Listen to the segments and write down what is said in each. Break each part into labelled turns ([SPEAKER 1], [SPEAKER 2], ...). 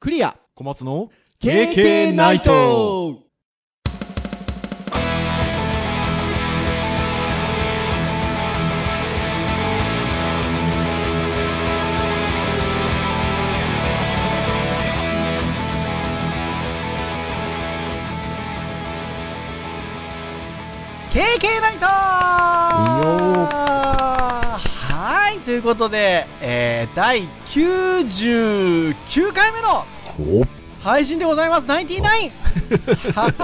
[SPEAKER 1] クリア
[SPEAKER 2] 小松の
[SPEAKER 1] KK ナイト
[SPEAKER 3] ケーケーナイトーはい、ということで、えー、第99回目の
[SPEAKER 2] お
[SPEAKER 3] 配信でございます、99! はい、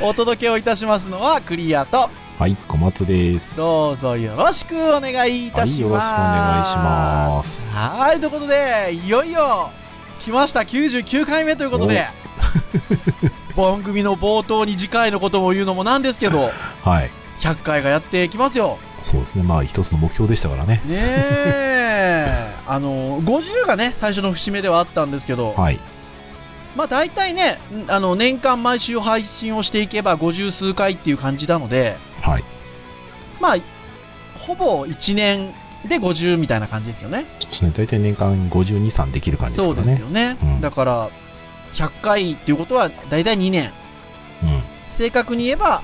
[SPEAKER 3] お届けをいたしますのはクリアと、
[SPEAKER 2] はい、小松です。
[SPEAKER 3] どうぞよろしくお願いいた
[SPEAKER 2] はい、
[SPEAKER 3] します。
[SPEAKER 2] よろしくお願いします。
[SPEAKER 3] はい、ということで、いよいよ、来ました、99回目ということで、番組の冒頭に次回のことも言うのもなんですけど、
[SPEAKER 2] はい。
[SPEAKER 3] 100回がやってきますよ。
[SPEAKER 2] そうですね。まあ、一つの目標でしたからね。
[SPEAKER 3] ねえあの50がね最初の節目ではあったんですけど、
[SPEAKER 2] はい。
[SPEAKER 3] まあ大体ねんあの年間毎週配信をしていけば50数回っていう感じなので
[SPEAKER 2] はい。
[SPEAKER 3] まあほぼ1年で50みたいな感じですよね
[SPEAKER 2] そうですね。大体年間52、3できる感じで
[SPEAKER 3] そ
[SPEAKER 2] す
[SPEAKER 3] う
[SPEAKER 2] か
[SPEAKER 3] で
[SPEAKER 2] ら
[SPEAKER 3] す
[SPEAKER 2] ね。
[SPEAKER 3] よね、
[SPEAKER 2] うん
[SPEAKER 3] だから100回っていうことは大体2年
[SPEAKER 2] うん。
[SPEAKER 3] 正確に言えば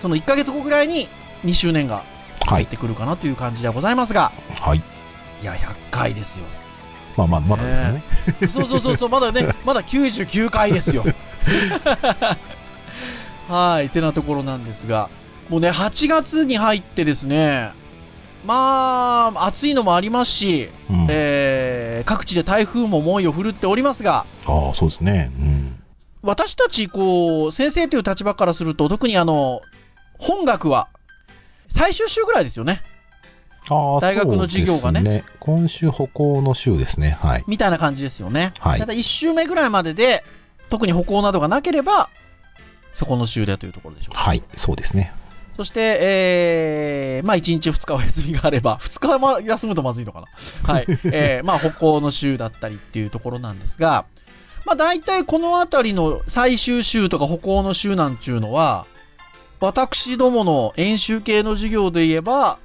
[SPEAKER 3] その1ヶ月後ぐらいに2周年が
[SPEAKER 2] は
[SPEAKER 3] や
[SPEAKER 2] い。
[SPEAKER 3] ってくるかなという感じではございますが
[SPEAKER 2] はい。
[SPEAKER 3] いや100回ですよ
[SPEAKER 2] まあまあ、まだですよね。
[SPEAKER 3] そうそうそうそう、まだね、まだ99回です よ。はい、てなところなんですが、もうね、8月に入ってですね、まあ、暑いのもありますし、
[SPEAKER 2] うん。
[SPEAKER 3] えー各地で台風も猛威を振るっておりますが、
[SPEAKER 2] ああ、そうですね。うん。
[SPEAKER 3] 私たち、こう、先生という立場からすると、特にあの、本学は、最終週ぐらいですよね。
[SPEAKER 2] ああ、
[SPEAKER 3] 大学の授業がね
[SPEAKER 2] そうです今週歩行の週ですね。はい。
[SPEAKER 3] みたいな感じですよね。
[SPEAKER 2] はい
[SPEAKER 3] ただ1週目ぐらいまでで、特に歩行などがなければ、そこの週でというところでしょうか
[SPEAKER 2] はい。そうですね。
[SPEAKER 3] そして、えー、まあ、1日2日お休みがあれば、2日も休むとまずいのかな。はい。えー、まあ、歩行の週だったりっていうところなんですが、まあ、大体このあたりの最終週とか歩行の週なんちゅうのは、私どもの演習系の授業で言えば、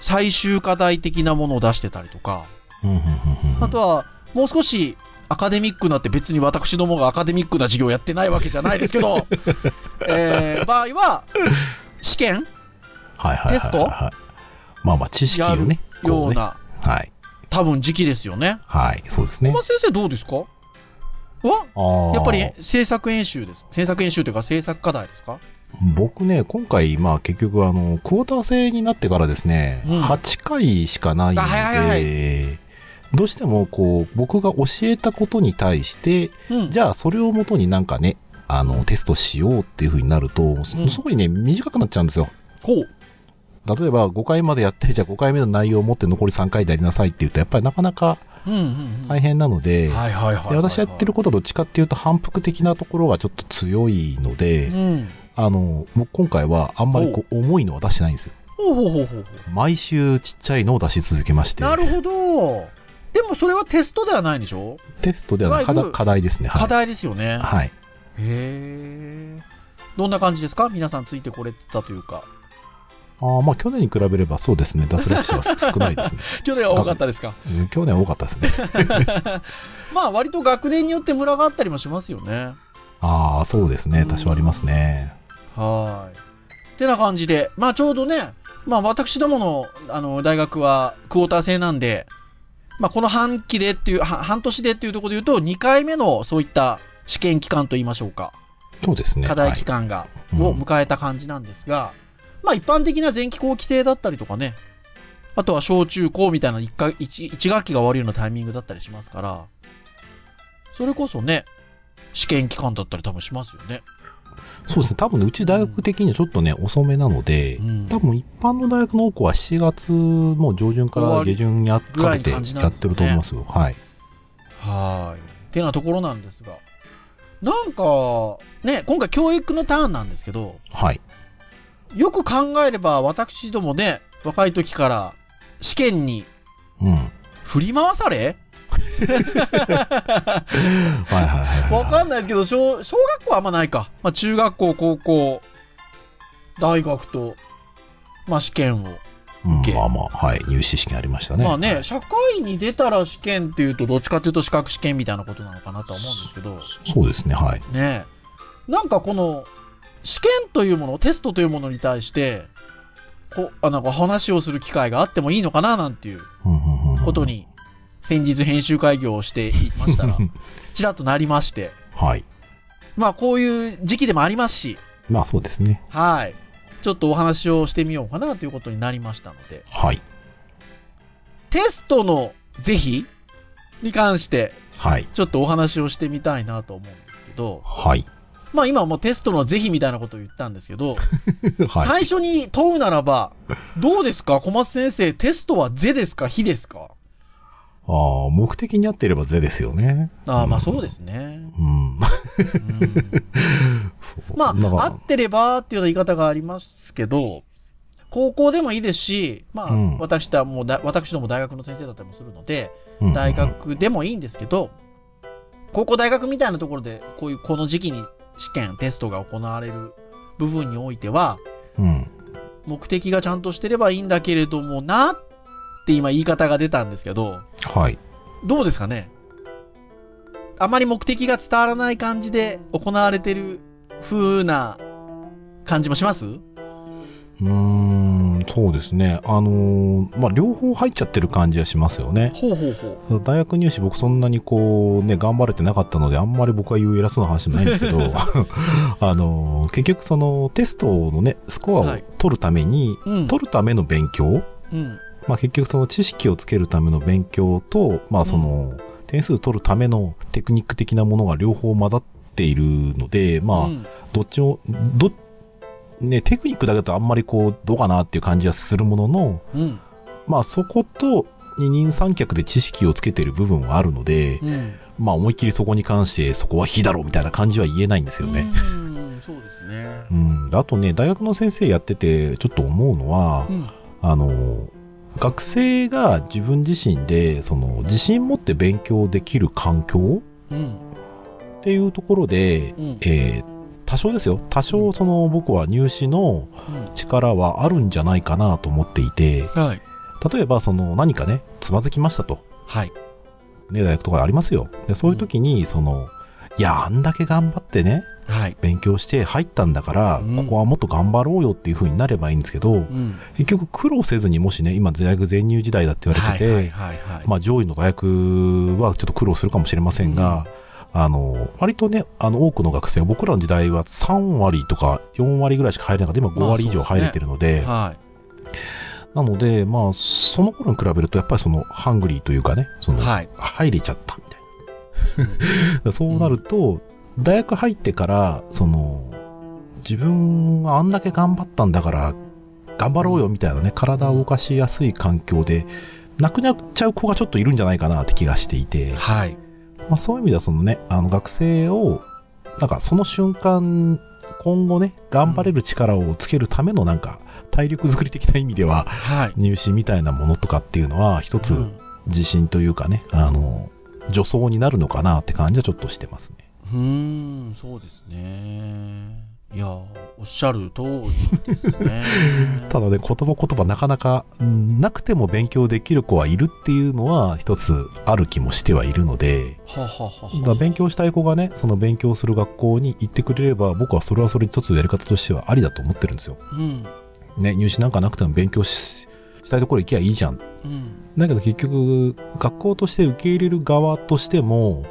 [SPEAKER 3] 最終課題的なものを出してたりとか、
[SPEAKER 2] うん、うん、うんうんうん。
[SPEAKER 3] あとは、もう少しアカデミックになって別に私どもがアカデミックな授業をやってないわけじゃないですけど、えー、場合は、試験
[SPEAKER 2] はいはいはいはい、はい。
[SPEAKER 3] テスト
[SPEAKER 2] まあまあ、知識をね。
[SPEAKER 3] よ
[SPEAKER 2] こ
[SPEAKER 3] う
[SPEAKER 2] ね。
[SPEAKER 3] な、
[SPEAKER 2] はい。
[SPEAKER 3] 多分時期ですよね。
[SPEAKER 2] はい。そうですね
[SPEAKER 3] 小。松先生どうですかわ
[SPEAKER 2] ああ。
[SPEAKER 3] やっぱり制作演習です。制作演習というか制作課題ですか
[SPEAKER 2] 僕ね、今回、まあ結局、あの、クォーター制になってからですね、
[SPEAKER 3] うん
[SPEAKER 2] 8回しかないので、
[SPEAKER 3] あはいはいは
[SPEAKER 2] どうしても、こう、僕が教えたことに対して、
[SPEAKER 3] うん。
[SPEAKER 2] じゃあそれをもとになんかね、あの、テストしようっていうふうになると、
[SPEAKER 3] うん
[SPEAKER 2] すすごいね、短くなっちゃうんですよ。
[SPEAKER 3] こう。
[SPEAKER 2] 例えば、5回までやって、じゃあ5回目の内容を持って残り3回でやりなさいって言うと、やっぱりなかなか
[SPEAKER 3] うんうん、うん。
[SPEAKER 2] 大変なので、
[SPEAKER 3] はいはいはいはいはい
[SPEAKER 2] で私やってることはどっちかっていうと反復的なところがちょっと強いので、
[SPEAKER 3] うん。
[SPEAKER 2] あの、もう今回はあんまりこう重いのは出してないんですよ。
[SPEAKER 3] ほうほうほうほうほう。
[SPEAKER 2] 毎週ちっちゃいのを出し続けまして、
[SPEAKER 3] なるほど。でもそれはテストではないんでしょ、
[SPEAKER 2] テストではない
[SPEAKER 3] いわ
[SPEAKER 2] 課
[SPEAKER 3] ゆる
[SPEAKER 2] 題課題ですね。はい、
[SPEAKER 3] 課題ですよね。
[SPEAKER 2] はい。
[SPEAKER 3] へえ。どんな感じですか皆さんついてこれてたというか。
[SPEAKER 2] ああ、まあ去年に比べればそうですね、脱落者は少少ない ですね。
[SPEAKER 3] 去年は多かったですか
[SPEAKER 2] うん去年は多かったですね。
[SPEAKER 3] まあ割と学年によってムラがあったりもしますよね。
[SPEAKER 2] ああ、そうですね、多少ありますね。
[SPEAKER 3] はーい。てな感じで、まあちょうどね、まあ私どものあの大学はクォーター制なんで、まあこの半期でっていう、は半年でっていうところで言うと、2回目のそういった試験期間といいましょうか、
[SPEAKER 2] そうですね。
[SPEAKER 3] 課題期間が、
[SPEAKER 2] はい
[SPEAKER 3] を
[SPEAKER 2] うん
[SPEAKER 3] 迎えた感じなんですが、まあ一般的な前期後期制だったりとかね、あとは小中高みたいな 1, か 1, 学期が終わるようなタイミングだったりしますから、それこそね、試験期間だったり多分しますよね。
[SPEAKER 2] はいそうですね、多分ね、うち大学的にはちょっとね、遅めなので、
[SPEAKER 3] うん
[SPEAKER 2] 多分一般の大学の多くは7月もう上旬か
[SPEAKER 3] 終
[SPEAKER 2] ら
[SPEAKER 3] わり
[SPEAKER 2] 下旬にあ
[SPEAKER 3] ぐら
[SPEAKER 2] か
[SPEAKER 3] い
[SPEAKER 2] けてや
[SPEAKER 3] の感じな
[SPEAKER 2] っ
[SPEAKER 3] んですね
[SPEAKER 2] てると思いますよ。はい。
[SPEAKER 3] はーい。てなところなんですが、なんか、ね、今回教育のターンなんですけど、
[SPEAKER 2] はい。
[SPEAKER 3] よく考えれば私どもね、若い時から試験に
[SPEAKER 2] うん。はい
[SPEAKER 3] 振り回され
[SPEAKER 2] はいはいはい。
[SPEAKER 3] わかんないですけど、小、小学校はあんまないか。まあ中学校、高校、大学と、まあ試験を
[SPEAKER 2] うん
[SPEAKER 3] 受け
[SPEAKER 2] まあまあ、はい、入試試験ありましたね。
[SPEAKER 3] まあね、社会に出たら試験っていうと、どっちかというと資格試験みたいなことなのかなとは思うんですけど、
[SPEAKER 2] そうですね、はい。
[SPEAKER 3] ねえ、なんかこの、試験というもの、テストというものに対して、こうあなんか話をする機会があってもいいのかななんていう
[SPEAKER 2] うんうんうんうん
[SPEAKER 3] こと。に、先日編集会議をしていま したら、ちらっとなりまして、
[SPEAKER 2] はい。
[SPEAKER 3] まあこういう時期でもありますし、
[SPEAKER 2] まあそうですね。
[SPEAKER 3] はい。ちょっとお話をしてみようかなということになりましたので、
[SPEAKER 2] はい。
[SPEAKER 3] テストの是非に関して、
[SPEAKER 2] はい。
[SPEAKER 3] ちょっとお話をしてみたいなと思うんですけど、
[SPEAKER 2] はい。
[SPEAKER 3] まあ今はもうテストの是非みたいなことを言ったんですけど、
[SPEAKER 2] はい。
[SPEAKER 3] 最初に問うならば、どうですか小松先生、テストは是ですか非ですか
[SPEAKER 2] ああ、目的に合っていれば是ですよね。
[SPEAKER 3] ああ、
[SPEAKER 2] うん
[SPEAKER 3] まあそうですね。
[SPEAKER 2] うん。
[SPEAKER 3] うん
[SPEAKER 2] そう
[SPEAKER 3] ま
[SPEAKER 2] なん
[SPEAKER 3] あ、合
[SPEAKER 2] か
[SPEAKER 3] ってればっていうような言い方がありますけど、高校でもいいですし、まあ、
[SPEAKER 2] うん
[SPEAKER 3] 私とはもうだ、私ども大学の先生だったりもするので、
[SPEAKER 2] うんうん
[SPEAKER 3] 大学でもいいんですけど、高校大学みたいなところで、こういう、この時期に試験、テストが行われる部分においては、
[SPEAKER 2] うん。
[SPEAKER 3] 目的がちゃんとしてればいいんだけれどもな、って今言い方が出たんですけど、
[SPEAKER 2] はい。
[SPEAKER 3] どうですかねあまり目的が伝わらない感じで行われてる風な感じもします
[SPEAKER 2] うーん、そうですね。あのーまあ両方入っちゃってる感じはしますよね。
[SPEAKER 3] ほうほうほ
[SPEAKER 2] 大学入試僕そんなにこうね、頑張れてなかったので、あんまり僕は言う偉そうな話でもないんです けど、あのー結局そのテストのね、スコア
[SPEAKER 3] は
[SPEAKER 2] を
[SPEAKER 3] い
[SPEAKER 2] 取るために、
[SPEAKER 3] う。うん。
[SPEAKER 2] 取るための勉強
[SPEAKER 3] うん。
[SPEAKER 2] まあ、結局その知識をつけるための勉強と、まあ、その点数取るためのテクニック的なものが両方混ざっているので、
[SPEAKER 3] う
[SPEAKER 2] ま
[SPEAKER 3] ん
[SPEAKER 2] あ、どっちも、ど、ね、テクニックだけだとあんまりこう、どうかなっていう感じはするものの、
[SPEAKER 3] うん。
[SPEAKER 2] まあ、そこと、二人三脚で知識をつけている部分はあるので、
[SPEAKER 3] うん。
[SPEAKER 2] まあ、思いっきりそこに関して、そこは非だろうみたいな感じは言えないんですよね。
[SPEAKER 3] うん、そうですね。
[SPEAKER 2] うん。あとね、大学の先生やってて、ちょっと思うのは
[SPEAKER 3] う、ん。
[SPEAKER 2] あの学生が自分自身でその自信持って勉強できる環境
[SPEAKER 3] うん。
[SPEAKER 2] っていうところで、
[SPEAKER 3] うん。
[SPEAKER 2] えー多少ですよ多少その僕は入試の
[SPEAKER 3] うん
[SPEAKER 2] 力はあるんじゃないかなと思っていて
[SPEAKER 3] はい。
[SPEAKER 2] 例えばその何かねつまずきましたと、
[SPEAKER 3] はい。
[SPEAKER 2] ね、大学とかありますよでそういう時にその、いやあんだけ頑張ってね
[SPEAKER 3] はい。
[SPEAKER 2] 勉強して入ったんだから、
[SPEAKER 3] うん
[SPEAKER 2] ここはもっと頑張ろうよっていう風になればいいんですけど、
[SPEAKER 3] うん。
[SPEAKER 2] 結局苦労せずにもしね今大学全入時代だって言われ
[SPEAKER 3] は
[SPEAKER 2] て
[SPEAKER 3] い。
[SPEAKER 2] て、
[SPEAKER 3] はい。はい。はい。
[SPEAKER 2] まあ、上位の大学はちょっと苦労するかもしれませんが、あの割とねあの多くの学生は僕らの時代は3割とか4割ぐらいしか入れなかった今5
[SPEAKER 3] まあ
[SPEAKER 2] 割以上入れてるので,、
[SPEAKER 3] は
[SPEAKER 2] なので、まあ、その頃に比べるとやっぱりそのハングリーというかねそ
[SPEAKER 3] い。
[SPEAKER 2] の、
[SPEAKER 3] はい。
[SPEAKER 2] 入れちゃったみたいな そうなると、大学入ってからその自分はあんだけ頑張ったんだから頑張ろうよみたいなね体を動かしやすい環境でなくなっちゃう子がちょっといるんじゃないかなって気がしていて、
[SPEAKER 3] はい。
[SPEAKER 2] まあ、そういう意味ではそのねあの学生をなんかその瞬間今後ね頑張れる力をつけるためのなんか体力作り的な意味では
[SPEAKER 3] はい。
[SPEAKER 2] 入試みたいなものとかっていうのは一つ、
[SPEAKER 3] うん
[SPEAKER 2] 自信というかね、あの、助走になるのかなって感じはちょっとしてますね。。
[SPEAKER 3] うーん、そうですね。いや、おっしゃる通りですね
[SPEAKER 2] ただね、言葉言葉なかなか、うんなくても勉強できる子はいるっていうのは一つある気もしてはいるので、
[SPEAKER 3] ははは
[SPEAKER 2] だから
[SPEAKER 3] は。
[SPEAKER 2] 勉強したい子がね、その勉強する学校に行ってくれれば、僕はそれはそれ一つやり方としてはありだと思ってるんですよ。
[SPEAKER 3] うん。
[SPEAKER 2] ね、入試なんかなくても勉強ししたいところ行きゃいいじゃん。
[SPEAKER 3] うん。
[SPEAKER 2] だけど結局、学校として受け入れる側としても、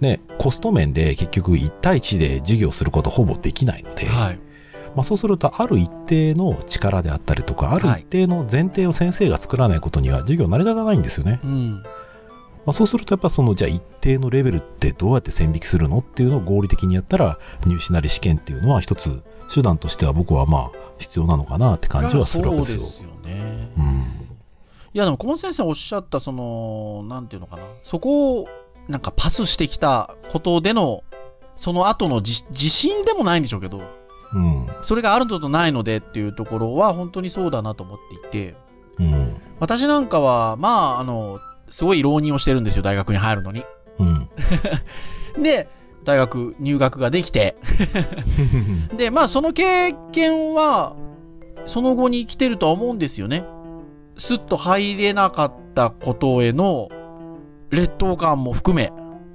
[SPEAKER 2] ね、コスト面で結局1対1で授業することほぼできないので、
[SPEAKER 3] はい。
[SPEAKER 2] まあ、そうするとある一定の力であったりとかある
[SPEAKER 3] はい
[SPEAKER 2] 一定の前提を先生が作らないことには授業成り立たないんですよね、
[SPEAKER 3] うん。
[SPEAKER 2] まあ、そうするとやっぱそのじゃあ一定のレベルってどうやって線引きするのっていうのを合理的にやったら入試なり試験っていうのは一つ手段としては僕はまあ必要なのかなって感じはするわけですよ
[SPEAKER 3] そうですよね。
[SPEAKER 2] うん
[SPEAKER 3] いや、でも、小松先生おっしゃった、その、なんていうのかな。そこを、なんかパスしてきたことでの、その後の自自信でもないんでしょうけど、
[SPEAKER 2] うん
[SPEAKER 3] それがあるのとないのでっていうところは本当にそうだなと思っていて、
[SPEAKER 2] うん
[SPEAKER 3] 私なんかは、まあ、あの、すごい浪人をしてるんですよ、大学に入るのに。
[SPEAKER 2] うん
[SPEAKER 3] で、大学入学ができて、で、まあその経験は、その後に生きてるとは思うんですよね。スッと入れなかったことへの劣等感も含め、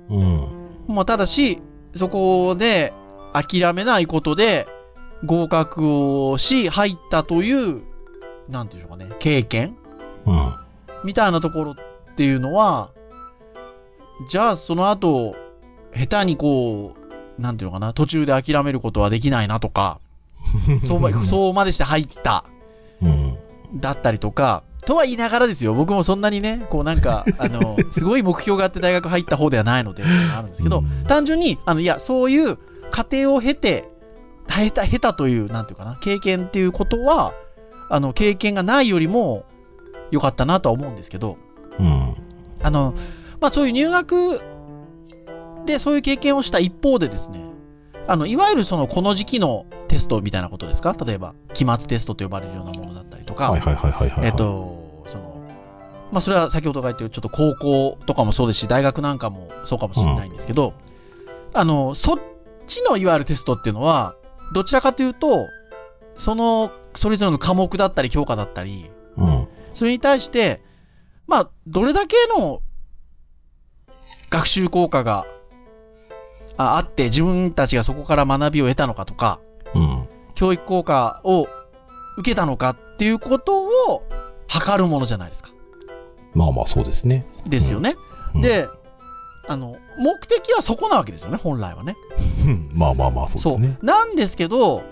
[SPEAKER 2] うん。
[SPEAKER 3] まあ、ただし、そこで諦めないことで合格をし、入ったという、なんていうんでしょうかね、経験
[SPEAKER 2] うん。
[SPEAKER 3] みたいなところっていうのは、じゃあその後、下手にこう、なんていうのかな、途中で諦めることはできないなとか、そうまそうまでして入った、
[SPEAKER 2] うん。
[SPEAKER 3] だったりとか、とは言いながらですよ、僕もそんなにね、こうなん か、あの、すごい目標があって大学入った方ではないので、あるんですけど、
[SPEAKER 2] うん
[SPEAKER 3] 単純に、あの、いや、そういう過程を経て、耐えた、経たという、なんていうかな、経験っていうことは、あの、経験がないよりも、良かったなとは思うんですけど、
[SPEAKER 2] うん。
[SPEAKER 3] あの、まあ、そういう入学でそういう経験をした一方でですね、あの、いわゆるその、この時期のテストみたいなことですか例えば、期末テストと呼ばれるようなものだったりとか、
[SPEAKER 2] はいはいはいはいはい。
[SPEAKER 3] えっ、と、その、まあ、それは先ほどが言ってる、ちょっと高校とかもそうですし、大学なんかもそうかもしれないんですけど、あの、そっちのいわゆるテストっていうのは、どちらかというと、その、それぞれの科目だったり、教科だったり、
[SPEAKER 2] うん。
[SPEAKER 3] それに対して、まあ、どれだけの学習効果がああって、自分たちがそこから学びを得たのかとか、
[SPEAKER 2] うん。
[SPEAKER 3] 教育効果を受けたのかっていうことを測るものじゃないですか。
[SPEAKER 2] まあまあそうですね。
[SPEAKER 3] ですよね。
[SPEAKER 2] うん、
[SPEAKER 3] で、あの、目的はそこなわけですよね、本来はね。
[SPEAKER 2] うんまあまあまあそうですね。
[SPEAKER 3] なんですけど、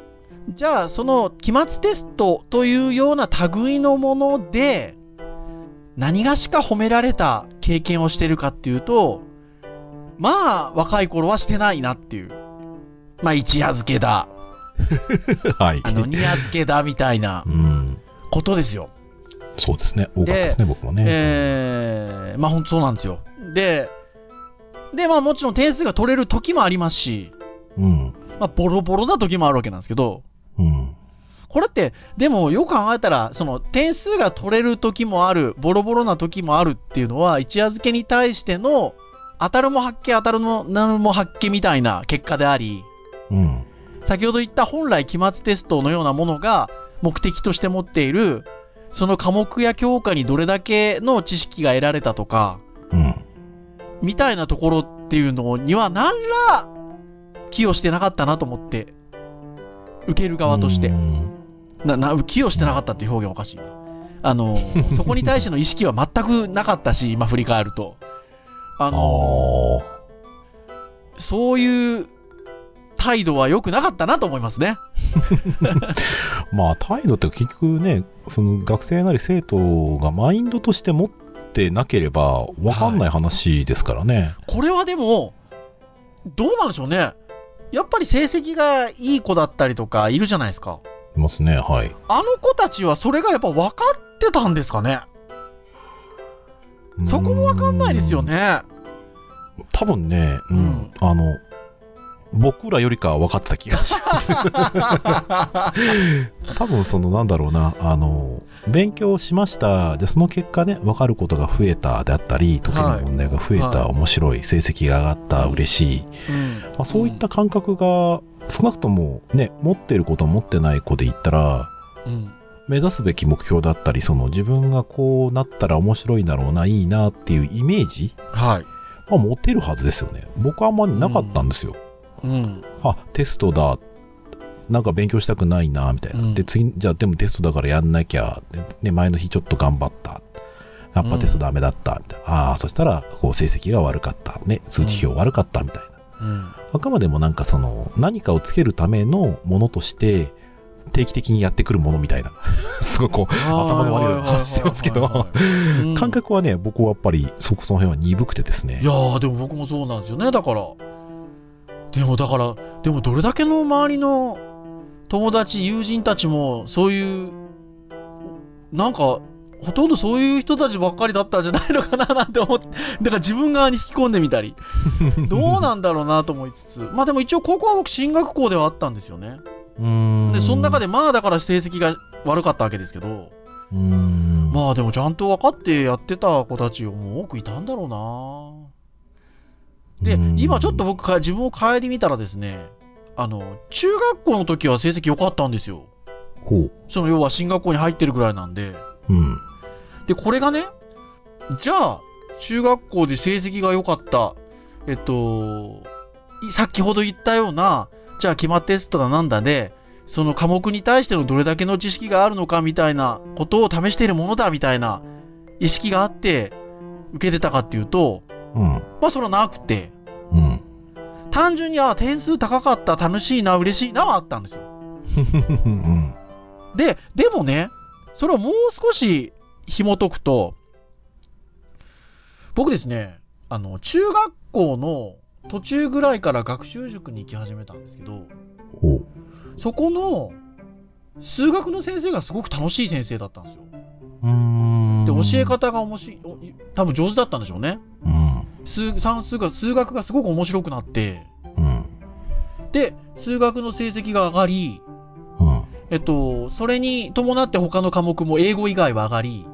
[SPEAKER 3] じゃあその期末テストというような類のもので、何がしか褒められた経験をしてるかっていうと、まあ、若い頃はしてないなっていう。まあ、一夜漬けだ、
[SPEAKER 2] はい。
[SPEAKER 3] あの、二夜漬けだみたいな
[SPEAKER 2] うん。
[SPEAKER 3] ことですよ。
[SPEAKER 2] そうですね。多かったですね、僕もね。
[SPEAKER 3] えー、まあ本当そうなんですよ。で、で、まあもちろん点数が取れる時もありますし、
[SPEAKER 2] うん。
[SPEAKER 3] まあボロボロな時もあるわけなんですけど、
[SPEAKER 2] うん。
[SPEAKER 3] これって、でもよく考えたら、その点数が取れる時もある、ボロボロな時もあるっていうのは、一夜漬けに対しての、当たるも発見、当たるも、なるも発見みたいな結果であり、
[SPEAKER 2] うん。
[SPEAKER 3] 先ほど言った本来期末テストのようなものが目的として持っている、その科目や教科にどれだけの知識が得られたとか、
[SPEAKER 2] うん。
[SPEAKER 3] みたいなところっていうのには何ら寄与してなかったなと思って、受ける側とし
[SPEAKER 2] う
[SPEAKER 3] て。
[SPEAKER 2] ん
[SPEAKER 3] な、な、寄与してなかったっていう表現おかしいな。あの、そこに対しての意識は全くなかったし、今振り返ると。あ
[SPEAKER 2] あ
[SPEAKER 3] の、
[SPEAKER 2] ー
[SPEAKER 3] そういう態度は良くなかったなと思いますね。
[SPEAKER 2] まあ態度って結局ね、その学生なり生徒がマインドとして持ってなければ分かんない話ですからね。
[SPEAKER 3] これはでも、どうなんでしょうね。やっぱり成績がいい子だったりとかいるじゃないですか。
[SPEAKER 2] い、ますね、はい。
[SPEAKER 3] あの子たちはそれがやっぱ分かってたんですかね。そこも分かんないですよね。
[SPEAKER 2] うん。多分ね、うん、
[SPEAKER 3] うん
[SPEAKER 2] あの、僕らよりかは分かってた気がします。多分そのなんだろうな、あの、勉強しました。で、その結果ね、分かることが増えたであったり、解ける問題が増えた、
[SPEAKER 3] はい
[SPEAKER 2] 面白い、成績が上がった、嬉しい。
[SPEAKER 3] うん
[SPEAKER 2] まあ、そういった感覚が、少なくともね、持ってること持ってない子で言ったら、
[SPEAKER 3] うん
[SPEAKER 2] 目指すべき目標だったり、その自分がこうなったら面白いんだろうな、いいなっていうイメージ
[SPEAKER 3] はい。
[SPEAKER 2] まあ、持てるはずですよね。僕はあんまりなかったんですよ。
[SPEAKER 3] うん。
[SPEAKER 2] あ、テストだ。なんか勉強したくないな、みたいな。
[SPEAKER 3] うん
[SPEAKER 2] で、次、じゃあでもテストだからやんなきゃ。でね、前の日ちょっと頑張った。やっぱテストダメだった、みたいな。ああ、そしたら、こう成績が悪かった。ね、通知表悪かった、みたいな。
[SPEAKER 3] うん。
[SPEAKER 2] あくまでもなんかその、何かをつけるためのものとして、定期的にやってくるものみたいな。 すごいこう、 頭の悪いような話してますけど
[SPEAKER 3] はいはいはいはいうん
[SPEAKER 2] 感覚はね、僕はやっぱり、そこその辺は鈍くてですね
[SPEAKER 3] い。やーでも僕もそうなんですよねだからでもだからでもどれだけの周りの友達友人たちもそういうなんかほとんどそういう人たちばっかりだったんじゃないのかななんて思ってだ から自分側に引き込んでみた りどうなんだろうなと思いつつまあでも一応高校は僕進学校ではあったんですよね
[SPEAKER 2] うーん
[SPEAKER 3] でその中で、まあだから成績が悪かったわけですけど
[SPEAKER 2] うーん
[SPEAKER 3] まあでもちゃんと分かってやってた子たちも多くいたんだろうなで、
[SPEAKER 2] うん
[SPEAKER 3] 今ちょっと僕か、自分を顧みたらですね、あの、中学校の時は成績良かったんですよ。
[SPEAKER 2] こ
[SPEAKER 3] その要は進学校に入ってるぐらいなんで。
[SPEAKER 2] う。うん。
[SPEAKER 3] で、これがね、じゃあ、中学校で成績が良かった、えっと、い先ほど言ったような、じゃあ、決まテストだなんだで、その科目に対してのどれだけの知識があるのかみたいなことを試しているものだみたいな意識があって受けてたかっていうと、
[SPEAKER 2] うん。
[SPEAKER 3] まあそれはなくて、
[SPEAKER 2] うん。
[SPEAKER 3] 単純に、あ、点数高かった、楽しいな、嬉しいなはあったんですよ。
[SPEAKER 2] うん。
[SPEAKER 3] で、でもね、それをもう少し紐解くと、僕ですね、あの、中学校の途中ぐらいから学習塾に行き始めたんですけど、
[SPEAKER 2] おう
[SPEAKER 3] そこの数学の先生がすごく楽しい先生だったんですよ。
[SPEAKER 2] うーん。
[SPEAKER 3] で、教え。方が面白い、おい多分上手だったんでしょうね。
[SPEAKER 2] うん。
[SPEAKER 3] 数算数が、数学がすごく面白くなって、
[SPEAKER 2] うん。
[SPEAKER 3] で、数学の成績が上がり、
[SPEAKER 2] うん。
[SPEAKER 3] えっと、それに伴って他の科目も英語以外は上がり、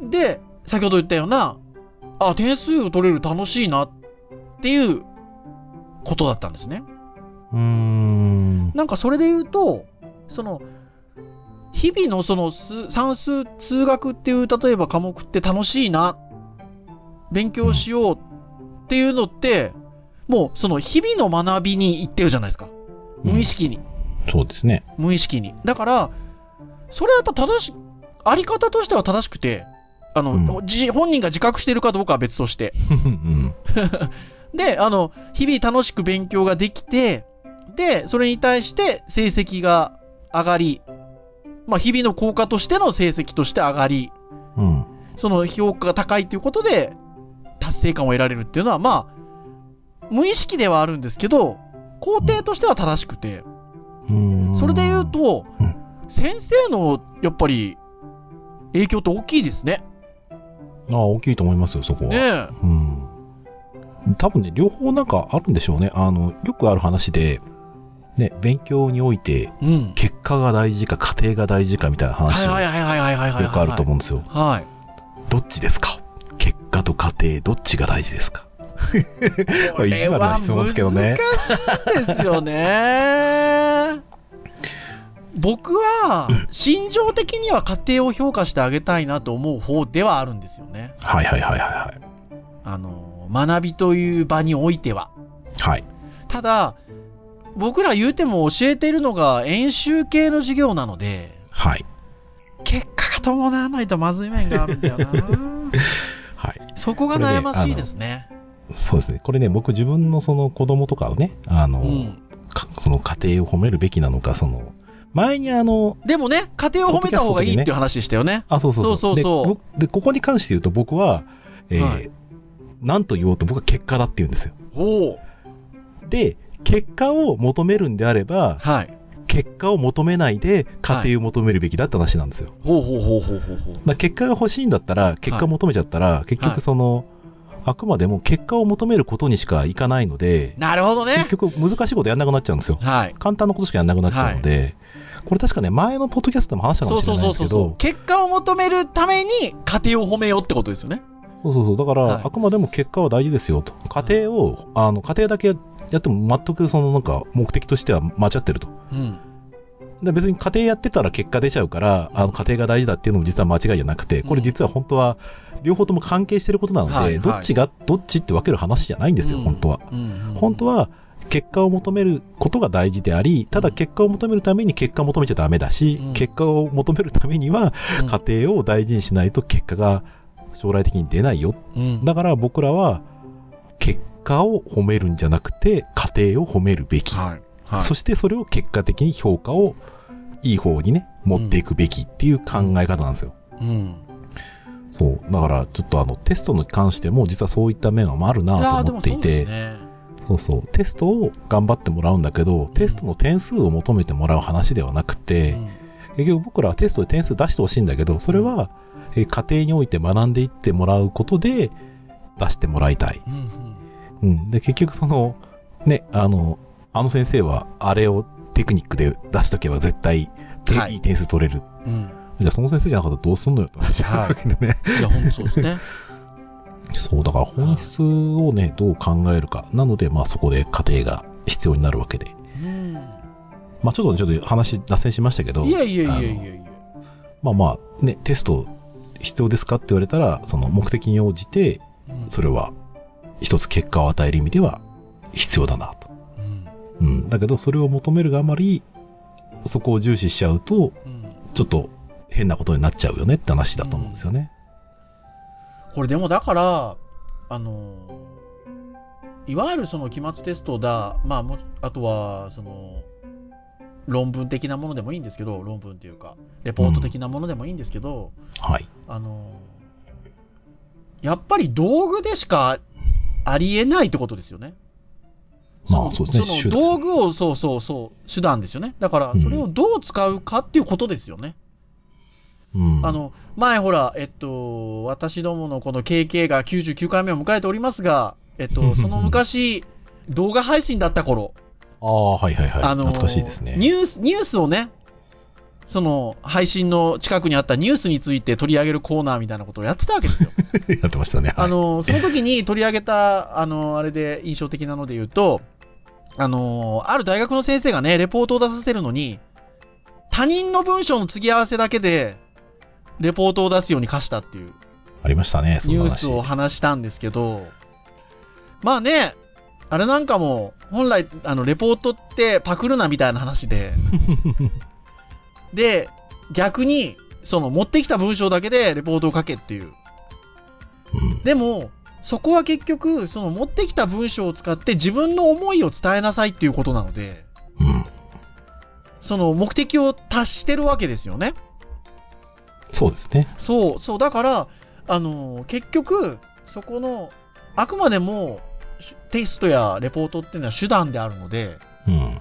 [SPEAKER 2] うん。
[SPEAKER 3] で、先ほど言ったような、あ、点数を取れる楽しいなっていうことだったんですね。
[SPEAKER 2] うーん。
[SPEAKER 3] なんかそれで言うと、その、日々のその数算数、数学っていう例えば科目って楽しいな、勉強しようっていうのって、もうその日々の学びに行ってるじゃないですか。無意識に。
[SPEAKER 2] そうですね。
[SPEAKER 3] 無意識に。だから、それはやっぱ正し、あり方としては正しくて、あの、
[SPEAKER 2] う
[SPEAKER 3] じ本人が自覚しているかどうかは別として。
[SPEAKER 2] うん。
[SPEAKER 3] で、あの、日々楽しく勉強ができて、で、それに対して成績が上がり、まあ、日々の効果としての成績として上がり、
[SPEAKER 2] うん。
[SPEAKER 3] その評価が高いということで、達成感を得られるっていうのは、まあ、無意識ではあるんですけど、工程としては正しくて、
[SPEAKER 2] うん
[SPEAKER 3] それで言う、と
[SPEAKER 2] うん、
[SPEAKER 3] 先生のやっぱり影響って大きいですね。
[SPEAKER 2] ああ、大きいと思いますよ、そこは。
[SPEAKER 3] ねえ。
[SPEAKER 2] うん。多分ね、両方なんかあるんでしょうね。あの、よくある話で、ね、勉強において、
[SPEAKER 3] うん。
[SPEAKER 2] 結果が大事か、過程が大事かみたいな
[SPEAKER 3] は
[SPEAKER 2] 話
[SPEAKER 3] い
[SPEAKER 2] が
[SPEAKER 3] はい
[SPEAKER 2] よ
[SPEAKER 3] はいはいはいはいはいはい。
[SPEAKER 2] くあると思うんですよ。
[SPEAKER 3] はい。
[SPEAKER 2] どっちですか結果と過程、どっちが大事ですか
[SPEAKER 3] これは
[SPEAKER 2] 意地悪な質問ですけどね
[SPEAKER 3] 難しいですよね。僕は、心情的には家庭を評価してあげたいなと思う方ではあるんですよね。
[SPEAKER 2] はいはいはいは
[SPEAKER 3] あの、学びという場においては。
[SPEAKER 2] いはい。はい。
[SPEAKER 3] ただ、僕ら言うても教えているのが演習系の授業なので、
[SPEAKER 2] はい。
[SPEAKER 3] 結果が伴わないとまずい面があるんだよな
[SPEAKER 2] はい。
[SPEAKER 3] そこが悩ましいですね
[SPEAKER 2] そうですね。これね、僕自分のその子供とかをね、あの、
[SPEAKER 3] うん、
[SPEAKER 2] かその家庭を褒めるべきなのか、その、前にあの、
[SPEAKER 3] でもね家庭を褒めた方がいいっていう話でしたよね
[SPEAKER 2] あ、そうそうそう。
[SPEAKER 3] そうそうそう
[SPEAKER 2] で僕で、ここに関して言うと僕は、えー
[SPEAKER 3] はい
[SPEAKER 2] なんと言おうと僕は結果だって言うんですよ。
[SPEAKER 3] おお
[SPEAKER 2] で、結果を求めるんであれば、
[SPEAKER 3] はい
[SPEAKER 2] 結果を求めないで家庭を求めるべきだって話なんですよ。
[SPEAKER 3] ほうほうほうほうほうほう
[SPEAKER 2] だから結果が欲しいんだったら、結果を求めちゃったら、結局その、あくまでも結果を求めることにしかいかないので、
[SPEAKER 3] なるほどね
[SPEAKER 2] 結局難しいことやんなくなっちゃうんですよ。
[SPEAKER 3] はい
[SPEAKER 2] 簡単なことしかやんなくなっちゃうので、これ確かね、前のポッドキャストでも話したか
[SPEAKER 3] そ
[SPEAKER 2] も
[SPEAKER 3] う
[SPEAKER 2] し
[SPEAKER 3] そ
[SPEAKER 2] れ
[SPEAKER 3] う
[SPEAKER 2] ないん
[SPEAKER 3] そ
[SPEAKER 2] ですけ
[SPEAKER 3] うそうそ
[SPEAKER 2] ど
[SPEAKER 3] う、結果を求めるために家庭を褒めようってことですよね
[SPEAKER 2] そうそうそう。だから、
[SPEAKER 3] はい
[SPEAKER 2] あくまでも結果は大事ですよと。家庭を、あの、家庭だけやっても全くそのなんか目的としては間違ってると。
[SPEAKER 3] うん
[SPEAKER 2] で別に家庭やってたら結果出ちゃうから、あの、家庭が大事だっていうのも実は間違いじゃなくて、これ実は本当は、両方とも関係してることなので、
[SPEAKER 3] はいはい
[SPEAKER 2] どっちがどっちって分ける話じゃないんですよ、
[SPEAKER 3] うん
[SPEAKER 2] 本当は。
[SPEAKER 3] うん
[SPEAKER 2] 本当
[SPEAKER 3] は
[SPEAKER 2] は、結果を求めることが大事であり、ただ結果を求めるために結果を求めちゃダメだし、
[SPEAKER 3] うん
[SPEAKER 2] 結果を求めるためには家庭を大事にしないと結果が将来的に出ないよ
[SPEAKER 3] うん
[SPEAKER 2] だから僕らは結果を褒めるんじゃなくて家庭を褒めるべき、
[SPEAKER 3] はいはい
[SPEAKER 2] そしてそれを結果的に評価をいい方にね持っていくべきっていう考え方なんですよ、
[SPEAKER 3] うん
[SPEAKER 2] そうだからちょっとあのテストに関しても実はそういった面はある
[SPEAKER 3] いや
[SPEAKER 2] なと
[SPEAKER 3] ーで
[SPEAKER 2] 思っ
[SPEAKER 3] も
[SPEAKER 2] て
[SPEAKER 3] そ
[SPEAKER 2] いうて
[SPEAKER 3] ですね
[SPEAKER 2] そうそうテストを頑張ってもらうんだけどテストの点数を求めてもらう話ではなくて、結局僕らはテストで点数出してほしいんだけどそれは、えー家庭において学んでいってもらうことで出してもらいたい
[SPEAKER 3] うんうん
[SPEAKER 2] うん、で結局そのねあのあの先生はあれをテクニックで出しとけば絶対て
[SPEAKER 3] はい
[SPEAKER 2] いい点数取れる
[SPEAKER 3] うんうん
[SPEAKER 2] じゃあその先生じゃなかったらどうすんのよって話になるわけでね、
[SPEAKER 3] いや本当そうですね
[SPEAKER 2] そうだから本質をねどう考えるかなのでまあそこで家庭が必要になるわけで
[SPEAKER 3] うん
[SPEAKER 2] まあちょっとちょっと話脱線しましたけど
[SPEAKER 3] いやいやいやいやいや
[SPEAKER 2] まあまあねテスト必要ですかって言われたら、その目的に応じて、
[SPEAKER 3] うん
[SPEAKER 2] それは一つ結果を与える意味では必要だなと。
[SPEAKER 3] うん
[SPEAKER 2] うん。だけど、それを求めるがあまり、そこを重視しちゃうと、
[SPEAKER 3] うん
[SPEAKER 2] ちょっと変なことになっちゃうよねって話だと思うんですよね。
[SPEAKER 3] これでもだから、あの、いわゆるその期末テストだ、まあもう、あとは、その、論文的なものでもいいんですけど、論文というか、レポート的なものでもいいんですけど、
[SPEAKER 2] はい。
[SPEAKER 3] あの、やっぱり道具でしかありえないってことですよね。
[SPEAKER 2] まあ
[SPEAKER 3] の
[SPEAKER 2] そうですね手
[SPEAKER 3] その
[SPEAKER 2] 段
[SPEAKER 3] 道具を、そうそうそう、手段ですよね。だから、それをどう使うかっていうことですよね。
[SPEAKER 2] うん。
[SPEAKER 3] あ、の、前ほら、えっと、私どものこの KK が99回目を迎えておりますが、えっ と、その昔、動画配信だった頃、
[SPEAKER 2] ああ、はいはいはい。
[SPEAKER 3] あの、
[SPEAKER 2] 懐かしいですね。
[SPEAKER 3] ニュース、ニュースをね、その、配信の近くにあったニュースについて取り上げるコーナーみたいなことをやってたわけで すよ。
[SPEAKER 2] やってましたね。はい
[SPEAKER 3] あの、その時に取り上げた、あの、あれで印象的なので言うと、あの、ある大学の先生がね、レポートを出させるのに、他人の文章の継ぎ合わせだけで、レポートを出すように課したっていう。
[SPEAKER 2] ありましたね、そ
[SPEAKER 3] ニ
[SPEAKER 2] んな
[SPEAKER 3] ュー
[SPEAKER 2] 話。
[SPEAKER 3] スを話したんですけど、まあね、あれなんかも、本来、あの、レポートってパクるなみたいな 話で、で、逆に、その、持ってきた文章だけでレポートを書けっていう。
[SPEAKER 2] うん
[SPEAKER 3] でも、そこは結局、その、持ってきた文章を使って自分の思いを伝えなさいっていうことなので、
[SPEAKER 2] うん。
[SPEAKER 3] その、目的を達してるわけですよね。
[SPEAKER 2] そうですね。
[SPEAKER 3] そう、そう、だから、あのー結局、そこの、あくまでも、しテストやレポートっていうのは手段であるので、
[SPEAKER 2] うん。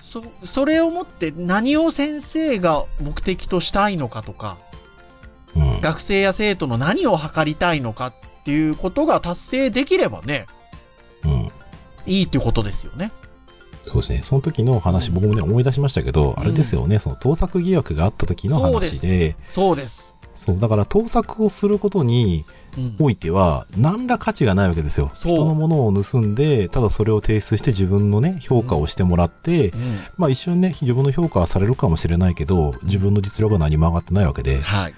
[SPEAKER 3] そ、それをもって何を先生が目的としたいのかとか、
[SPEAKER 2] うん。
[SPEAKER 3] 学生や生徒の何を図りたいのかっていうことが達成できればね、
[SPEAKER 2] うん。
[SPEAKER 3] いいっていうことですよね。
[SPEAKER 2] そうですね。その時の話、僕もね、思い出しましたけど、あれですよね、その盗作疑惑があった時の
[SPEAKER 3] そうで
[SPEAKER 2] 話
[SPEAKER 3] す
[SPEAKER 2] で、
[SPEAKER 3] そうです。
[SPEAKER 2] そう、だから盗作をすることに
[SPEAKER 3] うん。
[SPEAKER 2] おいては、何ら価値がないわけですよ。
[SPEAKER 3] そう
[SPEAKER 2] 人のものを盗んで、ただそれを提出して自分のね、評価をしてもらって、
[SPEAKER 3] うん
[SPEAKER 2] まあ一瞬ね、自分の評価はされるかもしれないけど、自分の実力は何も上がってないわけで、
[SPEAKER 3] はい。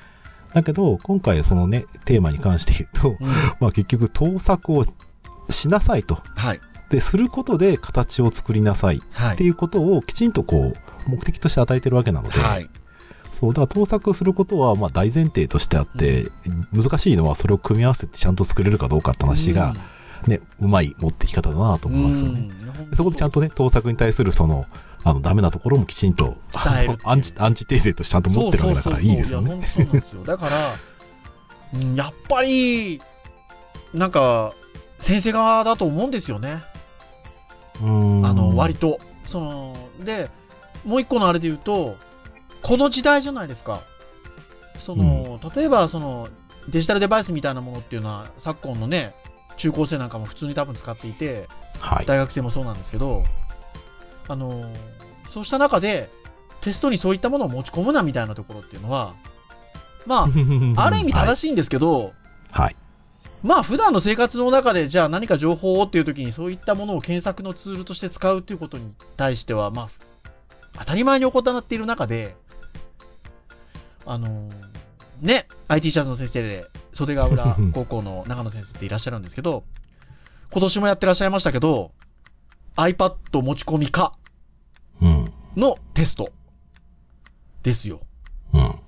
[SPEAKER 2] だけど、今回そのね、テーマに関して言うと、
[SPEAKER 3] うん
[SPEAKER 2] まあ結局盗作をしなさいと。
[SPEAKER 3] はい。
[SPEAKER 2] で、することで形を作りなさい
[SPEAKER 3] は
[SPEAKER 2] って
[SPEAKER 3] い。
[SPEAKER 2] いうことをきちんとこう、目的として与えてるわけなので、
[SPEAKER 3] はい。
[SPEAKER 2] そう、だから盗作することはまあ大前提としてあって、難しいのはそれを組み合わせてちゃんと作れるかどうかって話が、ね、うまい持ってき方だなと
[SPEAKER 3] う
[SPEAKER 2] 思い
[SPEAKER 3] ん、
[SPEAKER 2] ますよね。
[SPEAKER 3] うん
[SPEAKER 2] でそこでちゃんとね、盗作に対するその、あの、ダメなところもきちんと、
[SPEAKER 3] 伝える
[SPEAKER 2] あの アンチ、アンチテーゼとしてちゃんと持ってるわけだからいいですよね。
[SPEAKER 3] そうそうそうそういや本当そうなんですよだから、うんやっぱり、なんか、先生側だと思うんですよね。
[SPEAKER 2] うーん
[SPEAKER 3] あの、割と。その、で、もう一個のあれで言うと、この時代じゃないですか。その、例えば、その、デジタルデバイスみたいなものっていうのは、昨今のね、中高生なんかも普通に多分使っていて、
[SPEAKER 2] はい。
[SPEAKER 3] 大学生もそうなんですけど、あの、そうした中で、テストにそういったものを持ち込むなみたいなところっていうのは、まあ、ある意味正
[SPEAKER 2] し
[SPEAKER 3] しいんですけど、
[SPEAKER 2] い。はい。
[SPEAKER 3] まあ普段の生活の中でじゃあ何か情報をっていう時にそういったものを検索のツールとして使うということに対してはまあ当たり前に行っている中であのーね IT シャツの先生で袖ヶ浦高校の長野先生っていらっしゃるんですけど今年もやってらっしゃいましたけど iPad 持ち込みか
[SPEAKER 2] うん。
[SPEAKER 3] のテストですよ
[SPEAKER 2] うん。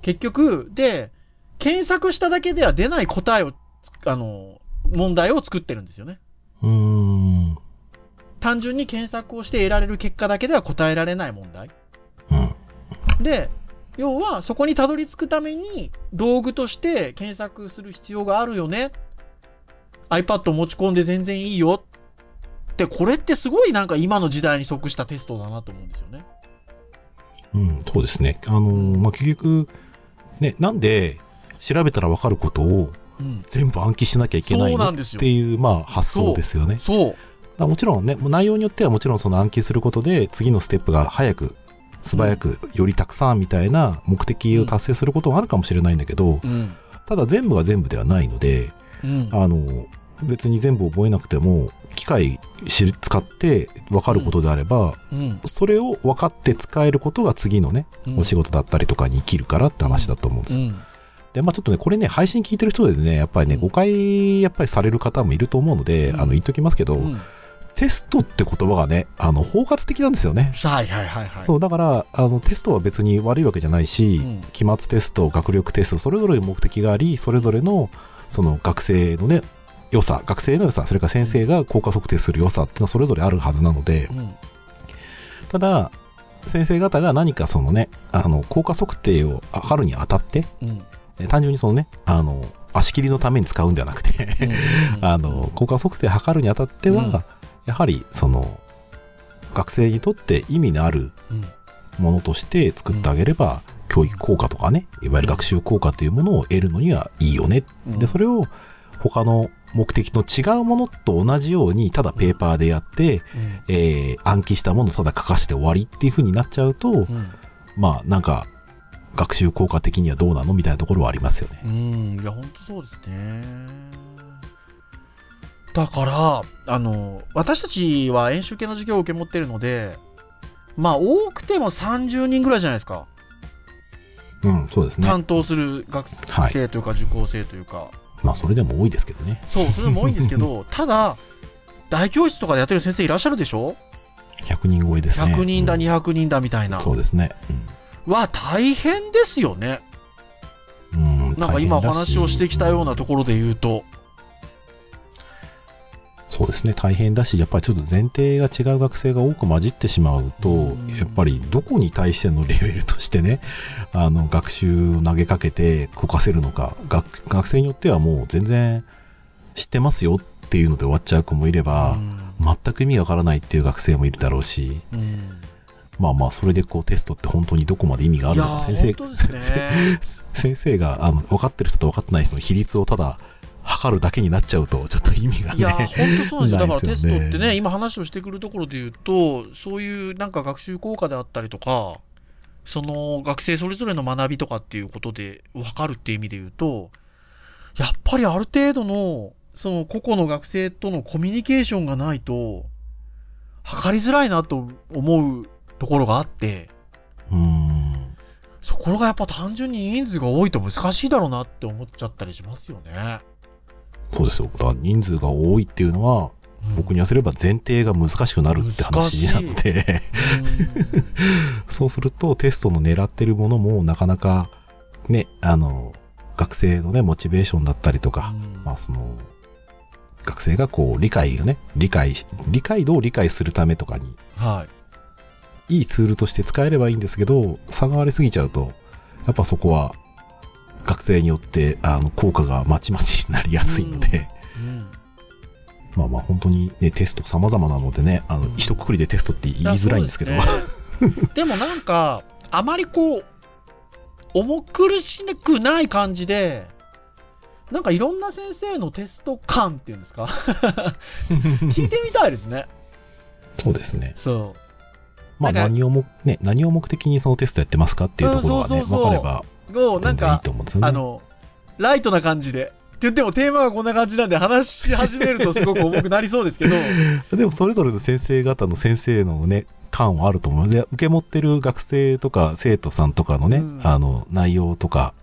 [SPEAKER 3] 結局、で、検索しただけでは出ない答えを、あの、問題を作ってるんですよね。
[SPEAKER 2] うーん。
[SPEAKER 3] 単純に検索をして得られる結果だけでは答えられない問題。
[SPEAKER 2] うん。
[SPEAKER 3] で、要はそこにたどり着くために道具として検索する必要があるよね。iPad 持ち込んで全然いいよ。って、これってすごいなんか今の時代に即したテストだなと思うんですよね。
[SPEAKER 2] うん、そうですね。あのーまあ、結局、ね、なんで調べたらわかることを
[SPEAKER 3] うん。
[SPEAKER 2] 全部暗記しなきゃいけない
[SPEAKER 3] そう
[SPEAKER 2] の
[SPEAKER 3] な
[SPEAKER 2] っ
[SPEAKER 3] んですよ
[SPEAKER 2] ていう、まあ、発想ですよね。
[SPEAKER 3] そう。
[SPEAKER 2] だからもちろんね、もう内容によってはもちろんその暗記することで、次のステップが早く、素早く、よりたくさんみたいな目的を達成することはあるかもしれないんだけど、
[SPEAKER 3] うん。
[SPEAKER 2] ただ全部が全部ではないので、
[SPEAKER 3] うん。
[SPEAKER 2] あの、別に全部覚えなくても、機械し使って分かることであれば、
[SPEAKER 3] うん。
[SPEAKER 2] それを分かって使えることが次のね、お仕事だったりとかに生きるからって話だと思うんです
[SPEAKER 3] う
[SPEAKER 2] よ。
[SPEAKER 3] ん。
[SPEAKER 2] で、まあちょっとね、これね、配信聞いてる人でね、やっぱりね、
[SPEAKER 3] うん
[SPEAKER 2] 誤解、やっぱりされる方もいると思うので、
[SPEAKER 3] うん
[SPEAKER 2] あの、言っときますけど、
[SPEAKER 3] うん。
[SPEAKER 2] テストって言葉がね、あの、包括的なんですよね。
[SPEAKER 3] はいはいはいはい。
[SPEAKER 2] そう、だから、あの、テストは別に悪いわけじゃないし、
[SPEAKER 3] うん
[SPEAKER 2] 期末テスト、学力テスト、それぞれ目的があり、それぞれの、その、学生のね、良さ、学生の良さ、それから先生が効果測定する良さっていうのはそれぞれあるはずなので、
[SPEAKER 3] うん。
[SPEAKER 2] ただ先生方が何かそのねあの効果測定をあ春に当たって
[SPEAKER 3] うん。うん。
[SPEAKER 2] え単純にそのねあの足切りのために使うんではなくて あの効果測定測るに当たっては、
[SPEAKER 3] うん
[SPEAKER 2] やはりその学生にとって意味のある
[SPEAKER 3] うん、
[SPEAKER 2] ものとして作ってあげれば、教育効果とかねいわゆる学習効果というものを得るのにはいいよね、
[SPEAKER 3] うん。
[SPEAKER 2] でそれを他の目的の違うものと同じようにただペーパーでやって、
[SPEAKER 3] うん。
[SPEAKER 2] えー暗記したものをただ書かして終わりっていう風になっちゃうと、
[SPEAKER 3] うん。
[SPEAKER 2] まあなんか学習効果的にはどうなのみたいなところはありますよね。
[SPEAKER 3] うん、いや、本当そうですね。だから、あの、私たちは演習系の授業を受け持ってるので、まあ、多くても30人ぐらいじゃないですか。
[SPEAKER 2] うん、そうですね。
[SPEAKER 3] 担当する学
[SPEAKER 2] はい。
[SPEAKER 3] 生というか、受講生というか。
[SPEAKER 2] まあそれでも多いですけどね。
[SPEAKER 3] そう、それも多いんですけど、ただ、大教室とかでやってる先生いらっしゃるでしょ
[SPEAKER 2] 100人超えですね。
[SPEAKER 3] 100人だ、
[SPEAKER 2] うん
[SPEAKER 3] 200人だみたいな。
[SPEAKER 2] そうですね。
[SPEAKER 3] は大変ですよね。
[SPEAKER 2] うん。う
[SPEAKER 3] なんか今お
[SPEAKER 2] 大変だ
[SPEAKER 3] 話をしてきたようなところで言うと。
[SPEAKER 2] そうですね。大変だし、やっぱりちょっと前提が違う学生が多く混じってしまうと、
[SPEAKER 3] うん
[SPEAKER 2] やっぱりどこに対してのレベルとしてね、 あの学習を投げかけてこかせるのか、学学生によってはもう全然知ってますよっていうので終わっちゃう子もいれば、全く意味わからないっていう学生もいるだろうし、
[SPEAKER 3] うんうん
[SPEAKER 2] まあまあ、それでこうテストって本当にどこまで意味があるのか、
[SPEAKER 3] いやー
[SPEAKER 2] 先
[SPEAKER 3] 本当ですね。
[SPEAKER 2] 生、先生があの分かってる人と分かってない人の比率をただ測るだけになっちゃうと、ちょっと意味が
[SPEAKER 3] いやー
[SPEAKER 2] ね。
[SPEAKER 3] 本当そうですよ。だから
[SPEAKER 2] ない
[SPEAKER 3] テ
[SPEAKER 2] です
[SPEAKER 3] ス
[SPEAKER 2] よ
[SPEAKER 3] ト
[SPEAKER 2] ね
[SPEAKER 3] ってね、今話をしてくるところで言うと、そういうなんか学習効果であったりとか、その学生それぞれの学びとかっていうことで分かるっていう意味で言うと、やっぱりある程度の、その個々の学生とのコミュニケーションがないと、測りづらいなと思うところがあって、
[SPEAKER 2] うーん。
[SPEAKER 3] そこがやっぱ単純に人数が多いと難しいだろうなって思っちゃったりしますよね。
[SPEAKER 2] そうですよ。だから人数が多いっていうのは、
[SPEAKER 3] うん
[SPEAKER 2] 僕に言わせれば前提が難しくなるって話なので、
[SPEAKER 3] うん
[SPEAKER 2] そうするとテストの狙ってるものもなかなか、ね、あの、学生のね、モチベーションだったりとか、
[SPEAKER 3] うん
[SPEAKER 2] まあ、その学生がこう理解をね理解し理解度を理解するためとかに
[SPEAKER 3] はい。
[SPEAKER 2] いいツールとして使えればいいんですけど差がありすぎちゃうとやっぱそこは学生によってあの効果がまちまちになりやすいので、
[SPEAKER 3] うん、
[SPEAKER 2] まあまあ本当に、ね、テスト様々なのでねあの
[SPEAKER 3] うん
[SPEAKER 2] 一括りでテストって言いづらいんですけど、
[SPEAKER 3] だからそうですねでもなんかあまりこう重苦しくない感じでなんかいろんな先生のテスト感っていうんですか 聞いてみたいですね
[SPEAKER 2] そうですね
[SPEAKER 3] そ
[SPEAKER 2] まあ
[SPEAKER 3] なんか
[SPEAKER 2] 何をも、ね、何を目的にそのテストやってますかっていうところがね
[SPEAKER 3] うんそうそうそう
[SPEAKER 2] 分かれば
[SPEAKER 3] うもうな
[SPEAKER 2] 全
[SPEAKER 3] ん
[SPEAKER 2] 然いい
[SPEAKER 3] か
[SPEAKER 2] と思うんですよ
[SPEAKER 3] あ
[SPEAKER 2] ね。
[SPEAKER 3] のライトな感じでって言ってもテーマがこんな感じなんで話し始めるとすごく重くなりそうですけど
[SPEAKER 2] でもそれぞれの先生方の先生のね感はあると思うので受け持ってる学生とか生徒さんとかのね、
[SPEAKER 3] うん
[SPEAKER 2] あの内容とか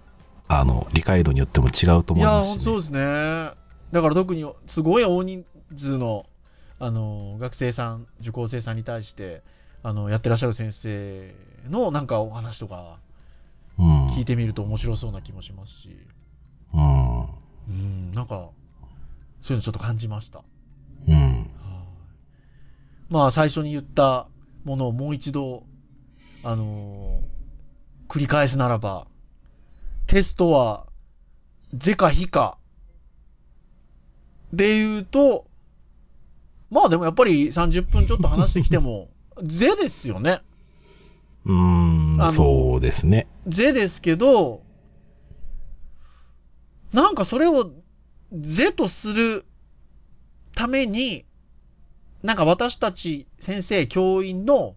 [SPEAKER 2] あの理解度によっても違うと思い
[SPEAKER 3] いや
[SPEAKER 2] ま
[SPEAKER 3] ほん
[SPEAKER 2] すしね、
[SPEAKER 3] とそうですねだから特にすごい大人数のあの学生さん受講生さんに対してあのやってらっしゃる先生のなんかお話とか
[SPEAKER 2] うん
[SPEAKER 3] 聞いてみると面白そうな気もしますし、
[SPEAKER 2] うん
[SPEAKER 3] うん、なんかそういうのちょっと感じました、
[SPEAKER 2] うん
[SPEAKER 3] はいまあ最初に言ったものをもう一度あの繰り返すならばテストは是か非かで言うとまあでもやっぱり30分ちょっと話してきても 是ですよね
[SPEAKER 2] うん
[SPEAKER 3] あの
[SPEAKER 2] そうですね
[SPEAKER 3] 是ですけどなんかそれを是とするためになんか私たち先生教員の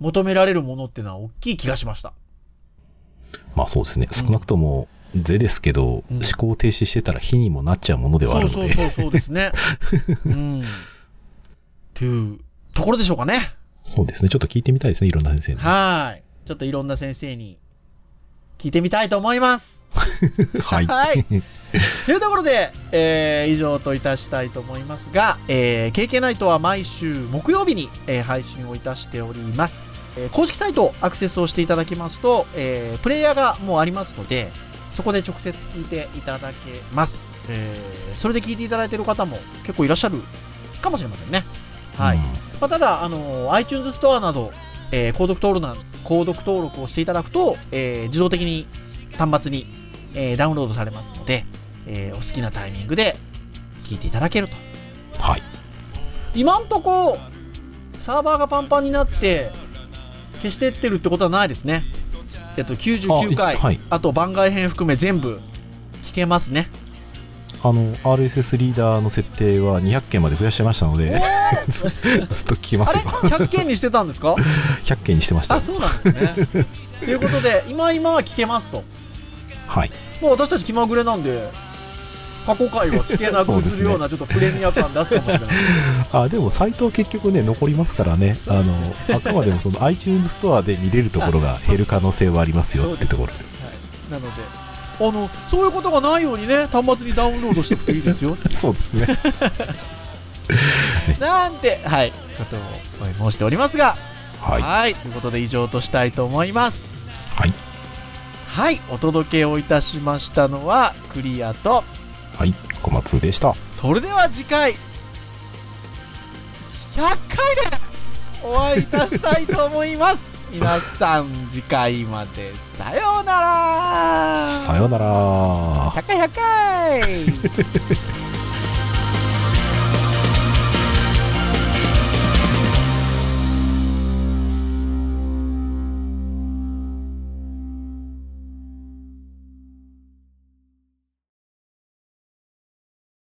[SPEAKER 3] 求められるものってのは大きい気がしました。
[SPEAKER 2] まあそうですね少なくとも「是」ですけど、
[SPEAKER 3] うん
[SPEAKER 2] 思考停止してたら「非」にもなっちゃうものではあ
[SPEAKER 3] そ
[SPEAKER 2] るの
[SPEAKER 3] うそう
[SPEAKER 2] で
[SPEAKER 3] そうそうです ね。うん。というところでしょうかね。
[SPEAKER 2] そうですねちょっと聞いてみたいですねいろんな先生に
[SPEAKER 3] はーい。ちょっといろんな先生に聞いてみたいと思います。
[SPEAKER 2] はい。
[SPEAKER 3] はい。というところで、えー以上といたしたいと思いますが、えー、KK ナイトは毎週木曜日に、えー配信をいたしております。えー公式サイトアクセスをしていただきますと、えープレイヤーがもうありますので、そこで直接聞いていただけます。えーそれで聞いていただいている方も結構いらっしゃるかもしれませんね。はい。
[SPEAKER 2] う
[SPEAKER 3] まあ、ただ、あの iTunes ストアなど、えー購読登録な、購読登録をしていただくと、えー自動的に端末に、えーダウンロードされますので、えーお好きなタイミングで聞いていただけると。
[SPEAKER 2] んはい。
[SPEAKER 3] 今んとこ、サーバーがパンパンになって、消してってるってことはないですね。えっと、99回、
[SPEAKER 2] あはい。
[SPEAKER 3] あと番外編含め全部聞けますね。
[SPEAKER 2] あの、RSS リーダーの設定は200件まで増やしてましたので、 ずずっと聞きま
[SPEAKER 3] あ
[SPEAKER 2] す
[SPEAKER 3] れ
[SPEAKER 2] よ。
[SPEAKER 3] ?100 件にしてたんですか
[SPEAKER 2] 100件にしてました
[SPEAKER 3] あ、。そうなんで すね。ということで、今今は聞けますと。
[SPEAKER 2] はい。
[SPEAKER 3] もう私たち気まぐれなんで、過去回は聞けなくするような、ちょっとプレミア感出すかもしれない。
[SPEAKER 2] あ、でもサイトは結局ね、残りますからね、あの、あくまでもその iTunes ストアで見れるところが減る可能性はありますよってところです。
[SPEAKER 3] はい、なのであの、そういうことがないようにね、端末にダウンロードしておくといい ですよ。
[SPEAKER 2] そうですね。
[SPEAKER 3] なんて、はい、ことを申しておりますが、
[SPEAKER 2] は。
[SPEAKER 3] はいということで以上としたいと思います。
[SPEAKER 2] はい。
[SPEAKER 3] はい、お届けをいたしましたのは、クリアと、
[SPEAKER 2] はい。小松でした。
[SPEAKER 3] それでは次回、100回でお会いいたしたいと思い ます。皆さん、次回まで、さようなら
[SPEAKER 2] さようなら。
[SPEAKER 3] 100回100回